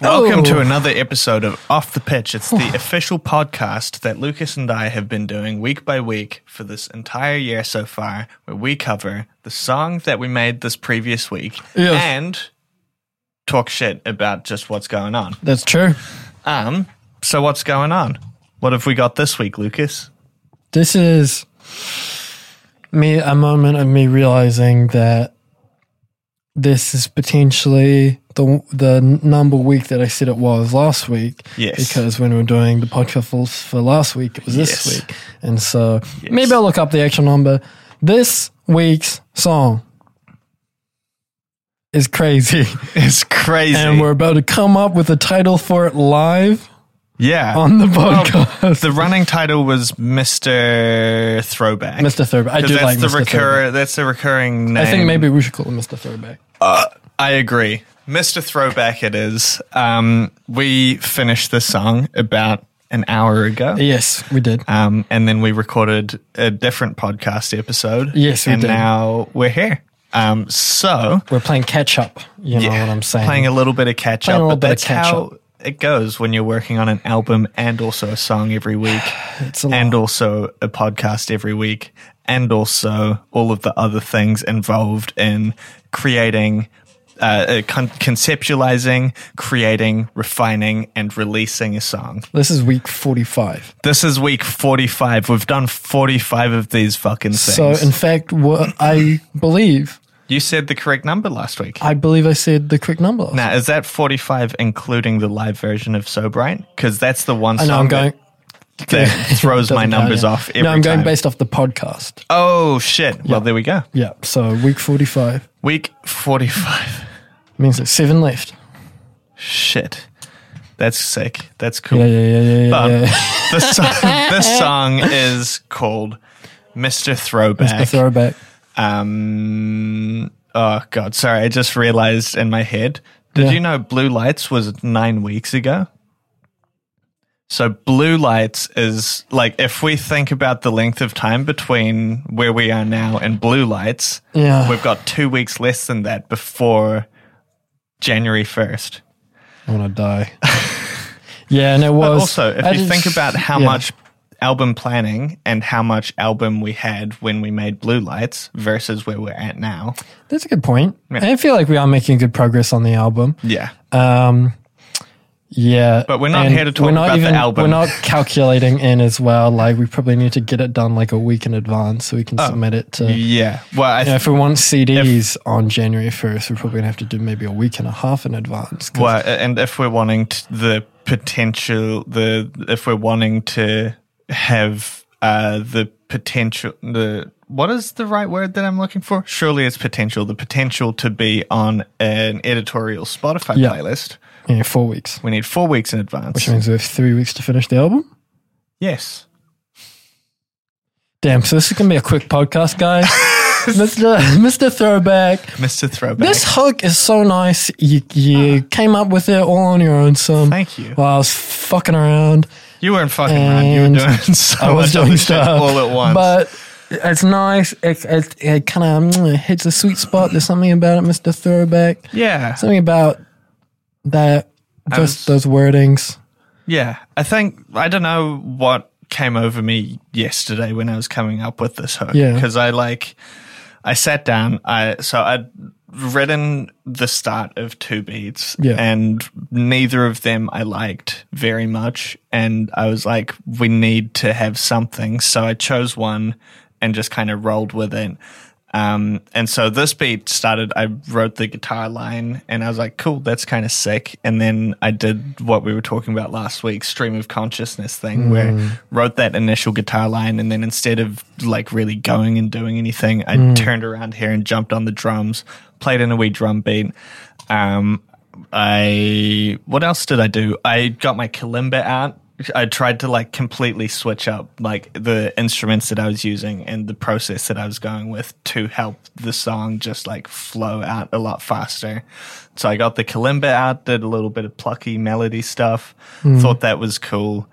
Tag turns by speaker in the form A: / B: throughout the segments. A: Welcome to another episode of Off the Pitch. It's the official podcast that Lucas and I have been doing week by week for this entire year so far, where we cover the song that we made this previous week
B: Yes.
A: and talk shit about just what's going on.
B: That's true.
A: Um, so what's going on? What have we got this week, Lucas?
B: This is me a moment of me realizing that this is potentially the the number week that I said it was last week.
A: Yes.
B: Because when we were doing the podcast for, for last week, it was this
A: Yes.
B: week, and so maybe I'll look up the actual number. This week's song is crazy,
A: It's crazy.
B: and we're about to come up with a title for it live
A: yeah.
B: on the podcast.
A: the running title was Mr. Throwback.
B: Mr. Throwback. I
A: 'Cause
B: do
A: that's
B: like
A: the
B: Mr. Throwback.
A: recur- That's the recurring name.
B: I think maybe we should call him Mr. Throwback.
A: I agree. Mr. Throwback, it is. Um, we finished this song about an hour ago.
B: Yes, we did.
A: Um, and then we recorded a different podcast episode.
B: Yes, we
A: And
B: did.
A: now we're here. Um, so,
B: We're playing catch up. You know what I'm saying?
A: playing a little bit of catch up,
B: Playing a little
A: but
B: bit of
A: that's
B: catch
A: how it goes when you're working on an album and also a song every week,
B: it's a lot.
A: and also a podcast every week, and also all of the other things involved in creating. Uh, uh, con- conceptualizing, creating, refining, and releasing a song.
B: This is week 45.
A: This is week 45. We've done 45 of these fucking things.
B: So, in fact, what I believe,
A: you said the correct number last week.
B: I believe I said the correct number.
A: Now, is that 45 including the live version of So Bright? Because that's the one
B: I
A: song
B: know I'm going.
A: that- that, throws my
B: doesn't count,
A: numbers
B: yeah.
A: off every
B: No, I'm going
A: time.
B: based off the podcast.
A: oh, shit. Well, there we go.
B: Yeah. So, week 45
A: Week 45.
B: means there's seven left.
A: Shit. That's sick. That's cool.
B: Yeah, yeah, yeah, yeah, yeah.
A: But
B: yeah.
A: This, song, this song is called Mr.
B: The
A: Throwback.
B: throwback.
A: um, oh, God. Sorry. I just realized in my head. Did
B: Yeah.
A: you know Blue Lights was nine weeks ago? So blue lights is like if we think about the length of time between where we are now and blue lights,
B: Yeah.
A: we've got two weeks less than that before January first.
B: I'm going to die. yeah, and it was.
A: Also, if
B: I
A: you
B: just-
A: think about how
B: yeah.
A: much album planning and how much album we had when we made Blue Lights versus where we're at now,
B: That's a good point. I feel like we are making good progress on the album.
A: yeah,
B: Um, yeah,
A: But we're not
B: and
A: here to talk
B: we're not
A: about the album.
B: We're not calculating in as well. Like we probably need to get it done like a week in advance so we can submit it to. You
A: Oh. yeah. Well, I
B: know, if we want CDs on January first, we're probably gonna have to do maybe a week and a half in advance. 'cause-
A: Well, and if we're wanting t the potential, the if we're wanting to have uh, the potential, the what is the right word that I'm looking for? Surely it's potential. The potential to be on an editorial Spotify
B: Yeah.
A: playlist.
B: yeah, four weeks,
A: We need four weeks in advance.
B: which means we have three weeks to finish the album.
A: Yes.
B: Damn, so this is gonna be a quick podcast, guys. Mister Mister Throwback,
A: Mr. Throwback.
B: this hook is so nice. You you came up with it all on your own, son.
A: Ah. Thank you.
B: While I was fucking around.
A: you weren't fucking around. You
B: and
A: were doing so
B: I was
A: much
B: doing
A: other shit
B: stuff
A: all at once.
B: But it's nice. It, it, it kind of hits a sweet spot. There's something about it, Mr. Throwback.
A: yeah.
B: Something about that,
A: was-
B: just those wordings.
A: Yeah, I think I don't know what came over me yesterday when I was coming up with this hook.
B: Yeah.
A: because I like I sat down. I so I'd written the start of two beats,
B: Yeah.
A: and neither of them I liked very much. And I was like, we need to have something, so I chose one and just kind of rolled with it. Um, and so this beat started. I wrote the guitar line, and I was like, "Cool, that's kind of sick." And then I did what we were talking about last week, stream of consciousness thing, where wrote that initial guitar line, and then instead of like really going and doing anything, I turned around here and jumped on the drums, played in a wee drum beat. Um, I what else did I do? I got my kalimba out. I tried to like completely switch up like the instruments that I was using and the process that I was going with to help the song just like flow out a lot faster. So I got the kalimba out, did a little bit of plucky melody stuff, thought that was cool.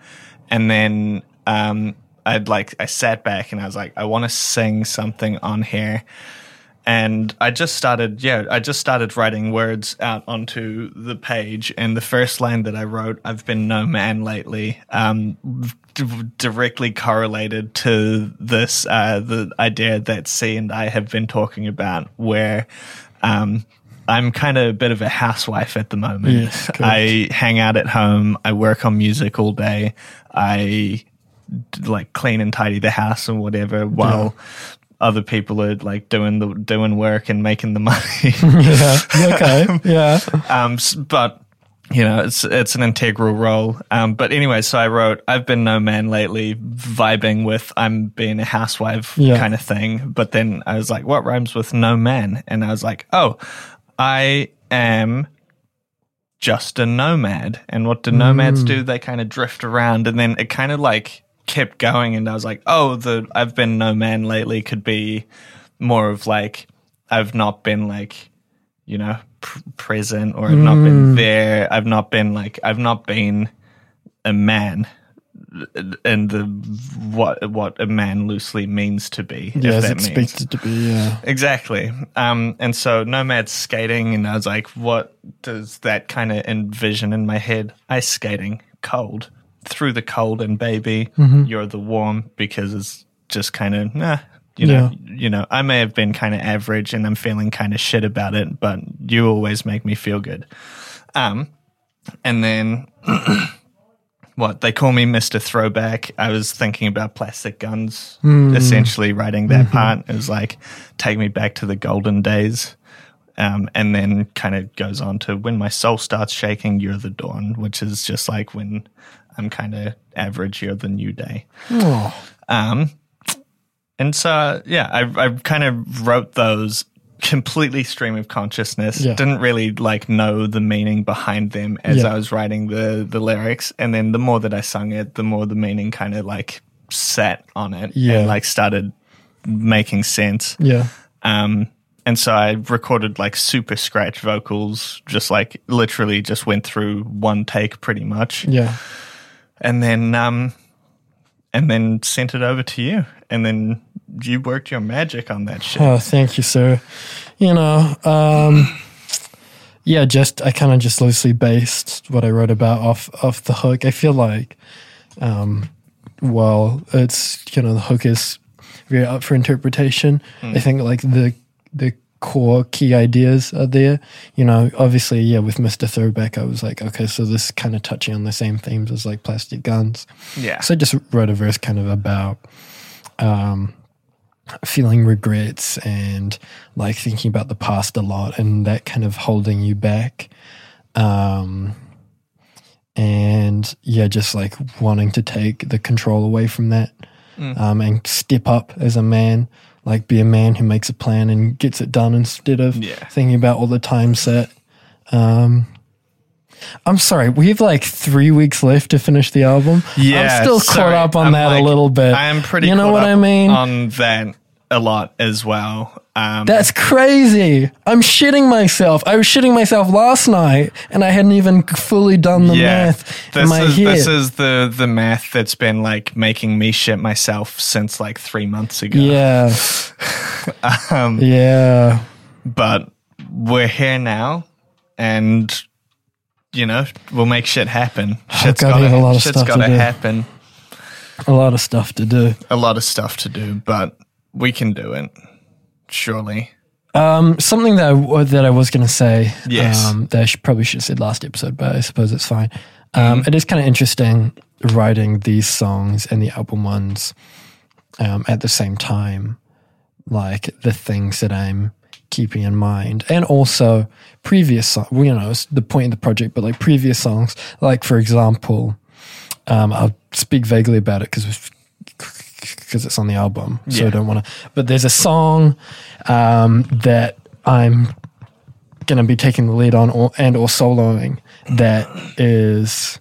A: And then um I'd like I sat back and I was like, I want to sing something on here and I just started, yeah, I just started writing words out onto the page. And the first line that I wrote, I've been no man lately, um, d- directly correlated to this, uh, the idea that C and I have been talking about, where um, I'm kind of a bit of a housewife at the moment.
B: Yes, correct.
A: I hang out at home, I work on music all day, I d- like clean and tidy the house and whatever while other people are like doing the doing work and making the money.
B: Yeah. Okay. Yeah.
A: um, s- but you know, it's it's an integral role. Um, but anyway, so I wrote, I've been no man lately, vibing with I'm being a housewife
B: Yeah.
A: kind of thing. But then I was like, what rhymes with no man? And I was like, oh, I am just a nomad. And what do nomads do? They kind of drift around, and then it kind of like kept going. And I was like, oh, the I've been no man lately could be more of like I've not been like you know pr- present or I've not been there. I've not been like I've not been a man. And the what what a man loosely means to be. if
B: Yeah. It's
A: that means.
B: expected to be. Yeah.
A: Exactly. Um, and so Nomad skating, and I was like, what does that kind of envision in my head? Ice skating, cold, through the cold, and baby, you're the warm because it's just kind of, nah, you know, you know, I may have been kind of average and I'm feeling kind of shit about it, but you always make me feel good. Um, and then what they call me Mr. Throwback. I was thinking about plastic guns, essentially writing that part. It was like, take me back to the golden days. Um, and then kind of goes on to when my soul starts shaking, you're the dawn, which is just like when I'm kind of average, you're the new day.
B: Oh.
A: Um, and so, yeah, I, I kind of wrote those completely stream of consciousness.
B: Yeah.
A: Didn't really like know the meaning behind them as
B: Yeah.
A: I was writing the the lyrics. And then the more that I sung it, the more the meaning kind of like sat on it
B: Yeah.
A: and like started making sense.
B: Yeah.
A: Um, and so I recorded like super scratch vocals, just like literally just went through one take pretty much
B: Yeah.
A: and then um, and then sent it over to you, and then you worked your magic on that shit.
B: Oh, thank you, sir. You know, um, yeah, just I kind of just loosely based what I wrote about off off the hook. I feel like, um, well, it's you know the hook is very up for interpretation. I think like the the core key ideas are there. You know, obviously, yeah, with Mister Throwback, I was like, okay, so this kind of touching on the same themes as like plastic guns.
A: Yeah,
B: So I just wrote a verse kind of about um, feeling regrets and like thinking about the past a lot and that kind of holding you back. Um, and yeah, just like wanting to take the control away from that
A: Mm.
B: um, and step up as a man. Like be a man who makes a plan and gets it done instead of
A: Yeah.
B: thinking about all the times that. Um, I'm sorry, we have like three weeks left to finish the album. I'm still
A: sorry.
B: caught up on
A: I'm
B: that
A: like-
B: a little bit.
A: I am pretty.
B: You know
A: caught
B: what
A: up
B: I mean?
A: On that a lot as well. Um,
B: That's crazy. I'm shitting myself. I was shitting myself last night, and I hadn't even fully done the
A: yeah,
B: math in
A: this
B: my
A: is
B: head.
A: this is the the math that's been like making me shit myself since like three months ago.
B: yeah.
A: Um,
B: Yeah.
A: but we're here now, and you know we'll make shit happen. Shit's
B: God, we
A: gotta,
B: have a lot of
A: shit's
B: stuff to
A: gotta
B: do.
A: happen.
B: A lot of stuff to do.
A: a lot of stuff to do, but we can do it. Surely.
B: Um, something that I, w- that I was going to say.
A: Yes.
B: Um, that I should, probably should have said last episode, but I suppose it's fine.
A: Mm-hmm.
B: Um, it is kind of interesting writing these songs and the album ones um, at the same time, like the things that I'm keeping in mind, and also previous songs. Well, you know, it's the point of the project, but like previous songs, like for example, um, I'll speak vaguely about it because because it's on the album, so I
A: Yeah.
B: don't want to. But there's a song um, that I'm gonna be taking the lead on or, and or soloing that is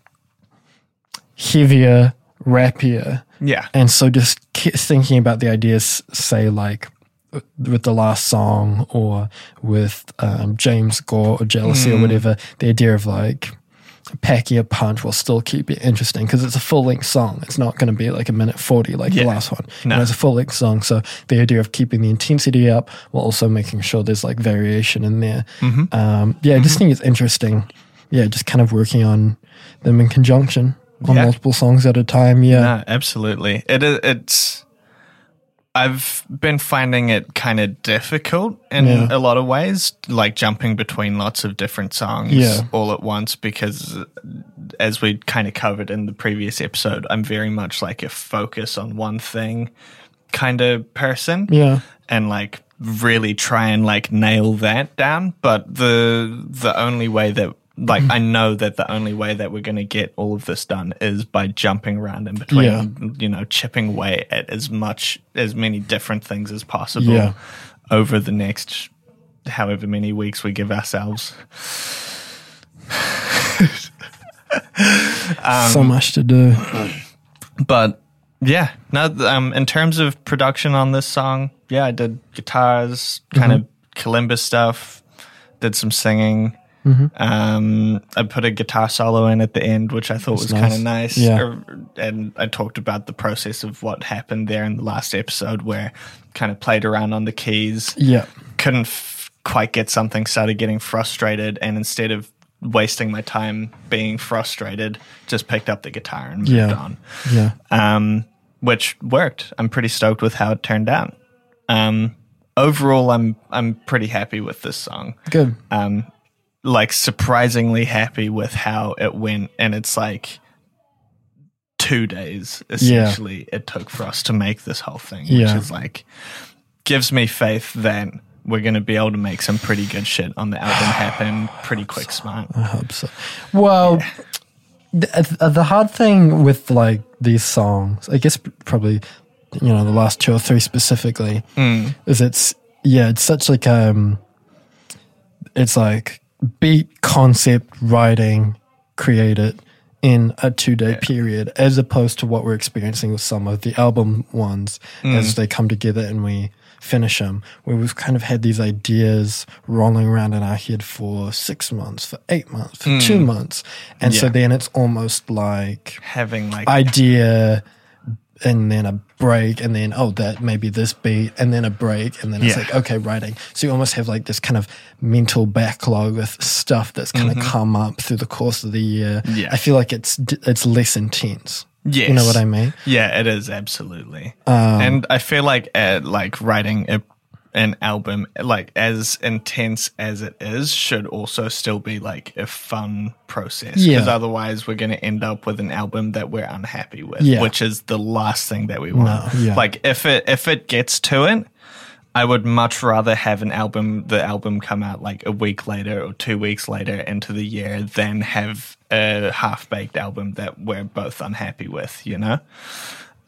B: heavier, rappier,
A: Yeah.
B: and so just ki- thinking about the ideas, say like with the last song
A: Hmm.
B: or with um, James Gore or Jealousy or whatever, the idea of like pack your punch will still keep it interesting because it's a full length song. It's not going to be like a minute 40 like
A: Yeah.
B: the last one.
A: No.
B: You know, it's a full length song. So the idea of keeping the intensity up while also making sure there's like variation in there.
A: Mm-hmm.
B: Um, yeah, I just think it's interesting. Yeah, just kind of working on them in conjunction on
A: Yeah.
B: multiple songs at a time. Yeah.
A: No, absolutely. It i- it's. I've been finding it kind of difficult in
B: Yeah.
A: a lot of ways, like jumping between lots of different songs
B: Yeah.
A: all at once. Because, uh, as we kind of covered in the previous episode, I'm very much like a focus on one thing kind of person
B: Yeah.
A: and like really try and like nail that down but the the only way that like I know that the only way that we're going to get all of this done is by jumping around in between
B: Yeah.
A: you know chipping away at as much as many different things as possible
B: Yeah.
A: over the next however many weeks we give ourselves
B: so much to do.
A: but yeah no th- um in terms of production on this song yeah i did guitars kind of
B: Mm-hmm.
A: kalimba stuff did some singing
B: Mm-hmm.
A: um i put a guitar solo in at the end which i thought was kind of nice
B: nice. Yeah.
A: Er, and i talked about the process of what happened there in the last episode where kind of played around on the keys
B: Yeah.
A: couldn't f- quite get something, started getting frustrated, and instead of wasting my time being frustrated, just picked up the guitar and moved
B: Yeah.
A: on.
B: Yeah.
A: Um, which worked. I'm pretty stoked with how it turned out. Um, overall, I'm I'm pretty happy with this song.
B: Good.
A: Like surprisingly happy with how it went, and it's like. Two days essentially it took for us to make this whole thing,
B: Yeah.
A: which is like gives me faith that we're going to be able to make some pretty good shit on the album happen pretty quick smart
B: I hope so. Well, th- uh, the hard thing with like these songs, I guess p- probably, you know, the last two or three specifically, is it's yeah, it's such like um, it's like beat concept writing, create it in a two day period, as opposed to what we're experiencing with some of the album ones as they come together and we finish them. Where we've kind of had these ideas rolling around in our head for six months, for eight months, for two months, and so
A: Yeah.
B: then it's almost like
A: having like
B: idea and then a break and then oh that maybe this beat and then a break and then it's
A: Yeah.
B: like okay writing so you almost have like this kind of mental backlog with stuff that's kind of come up through the course of the year
A: Mm-hmm. Yeah.
B: i feel like it's d- it's less intense
A: yes.
B: you know what i mean
A: Yeah, it is absolutely.
B: Um,
A: and I feel like uh, like writing a, an album like as intense as it is should also still be like a fun process because
B: Yeah.
A: otherwise we're going to end up with an album that we're unhappy with,
B: Yeah.
A: which is the last thing that we want.
B: yeah.
A: Like if it if it gets to it I would much rather have an album, the album come out like a week later or two weeks later into the year than have a half baked album that we're both unhappy with, you know?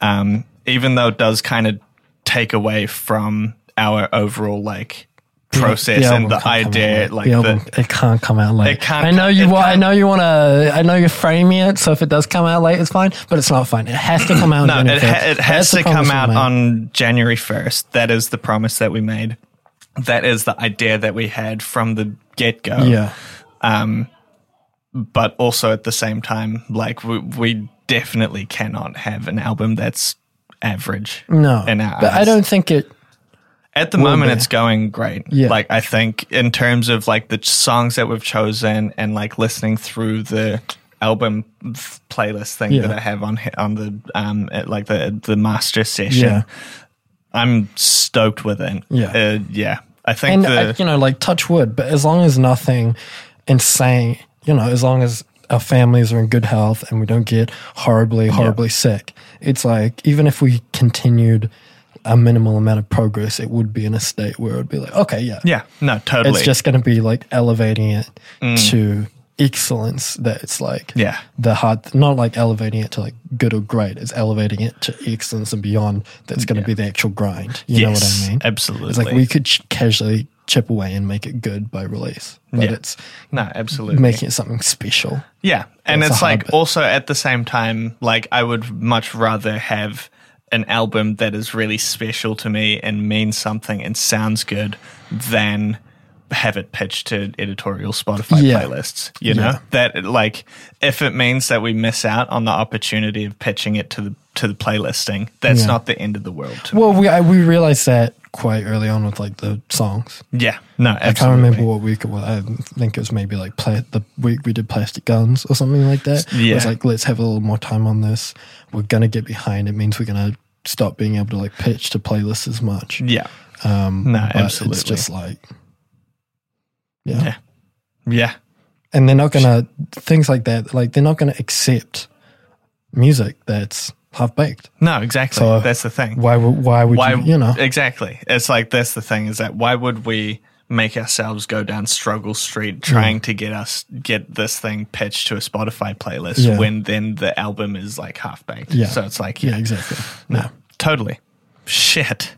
A: Um, even though it does kind of take away from our overall like process and
B: album
A: the
B: can't come out
A: idea,
B: late.
A: like
B: the
A: the,
B: album, it can't come out late.
A: It can't
B: I know
A: come-
B: you
A: it
B: want. I
A: can't-
B: know you want to. I know you're framing it. So if it does come out late, it's fine. But it's not fine. It has to come out.
A: no,
B: on
A: it, ha- it has to come out
B: on.
A: on January 1st. That is the promise that we made. That is the idea that we had from the get go.
B: Yeah,
A: but also at the same time, like we, we definitely cannot have an album that's average.
B: no.
A: in our
B: But I
A: eyes.
B: don't think it.
A: At the moment,
B: be.
A: it's going great.
B: Yeah.
A: Like I think in terms of like the songs that we've chosen and like listening through the album f- playlist thing
B: Yeah.
A: that I have on he- on the um at, like the the master session,
B: Yeah.
A: I'm stoked with it.
B: Yeah.
A: uh, yeah. I think
B: and
A: the
B: uh, you know, like touch wood, but as long as nothing insane, you know, as long as our families are in good health and we don't get horribly, horribly sick, it's like even if we continued a minimal amount of progress, it would be in a state where it would be like, okay, yeah,
A: yeah, no, totally. Mm.
B: it's just going to be like elevating it to excellence. That it's like,
A: Yeah.
B: the hard, not like elevating it to like good or great, it's elevating it to excellence and beyond. That's going to be the actual grind. You know what I mean?
A: Absolutely.
B: It's like we could ch- casually chip away and make it good by release, but
A: Yeah.
B: it's
A: no, absolutely.
B: making it something special.
A: Yeah. And
B: That's a
A: it's
B: hard
A: like
B: bit.
A: also at the same time, like I would much rather have an album that is really special to me and means something and sounds good than have it pitched to editorial Spotify
B: Yeah.
A: playlists. You know
B: Yeah.
A: that like if it means that we miss out on the opportunity of pitching it to the to the playlisting, that's
B: Yeah.
A: not the end of the world. To
B: Well, we I, we realized that quite early on with like the songs.
A: me. Yeah, no, absolutely.
B: I can't remember what week it was. I think it was maybe like pla- the week we did Plastic Guns or something like that. It
A: Yeah.
B: was like, let's have a little more time on this. We're going to get behind. It means we're going to stop being able to like pitch to playlists as much.
A: Yeah,
B: Um,
A: No,
B: but
A: absolutely.
B: It's just like, yeah.
A: yeah, yeah,
B: And they're not going to, things like that, like they're not going to accept music that's half baked.
A: no, exactly.
B: So-
A: that's the thing.
B: Why, would- why would
A: why
B: you, you know?
A: exactly it's like that's the thing is that why would we make ourselves go down struggle street trying
B: Mm.
A: to get us get this thing pitched to a spotify playlist
B: Yeah.
A: when then the album is like half baked
B: Yeah.
A: so it's like
B: yeah,
A: yeah,
B: exactly.
A: no totally shit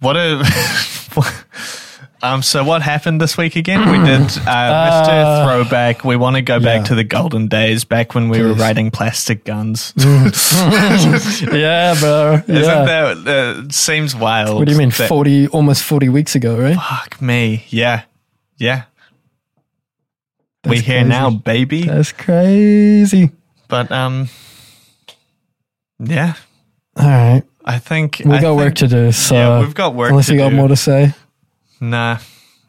A: what a Um, so what happened this week again? We did uh, Mr. Throwback. We want to go
B: yeah.
A: back to the golden days, back when we were
B: Please.
A: riding plastic guns.
B: yeah, bro. Mm. yeah.
A: Isn't that uh, seems wild?
B: what do you mean?
A: that-
B: Forty, almost forty weeks ago, right?
A: Fuck me. Yeah. Yeah. we
B: That's
A: here
B: crazy.
A: now, baby.
B: That's crazy.
A: but um yeah,
B: All right,
A: I think
B: we
A: I
B: got
A: think-
B: work to do. So
A: Yeah, we've got work
B: Unless
A: to
B: you got
A: do.
B: more to say,
A: Nah,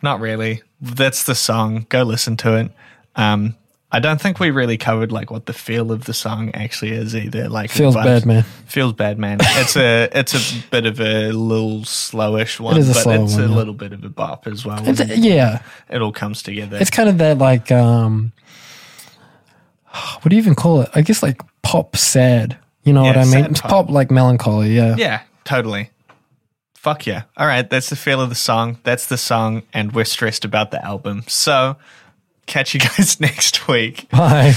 A: not really. That's the song. Go listen to it. Um I don't think we really covered like what the feel of the song actually is either. Like
B: feels
A: but-
B: bad, man.
A: Feels bad, man. It's a it's a bit of a little slowish one,
B: is a
A: but
B: slow
A: it's a
B: one, yeah.
A: little bit of a bop as well.
B: It's,
A: and
B: yeah,
A: it all comes together.
B: it's kind of that like, um, what do you even call it? I guess like pop sad. You know
A: Yeah,
B: what I mean?
A: sad
B: It's
A: pop.
B: pop like melancholy. Yeah.
A: Yeah, totally. Fuck yeah. All right, that's the feel of the song. That's the song, and we're stressed about the album. So, catch you guys next week.
B: Bye.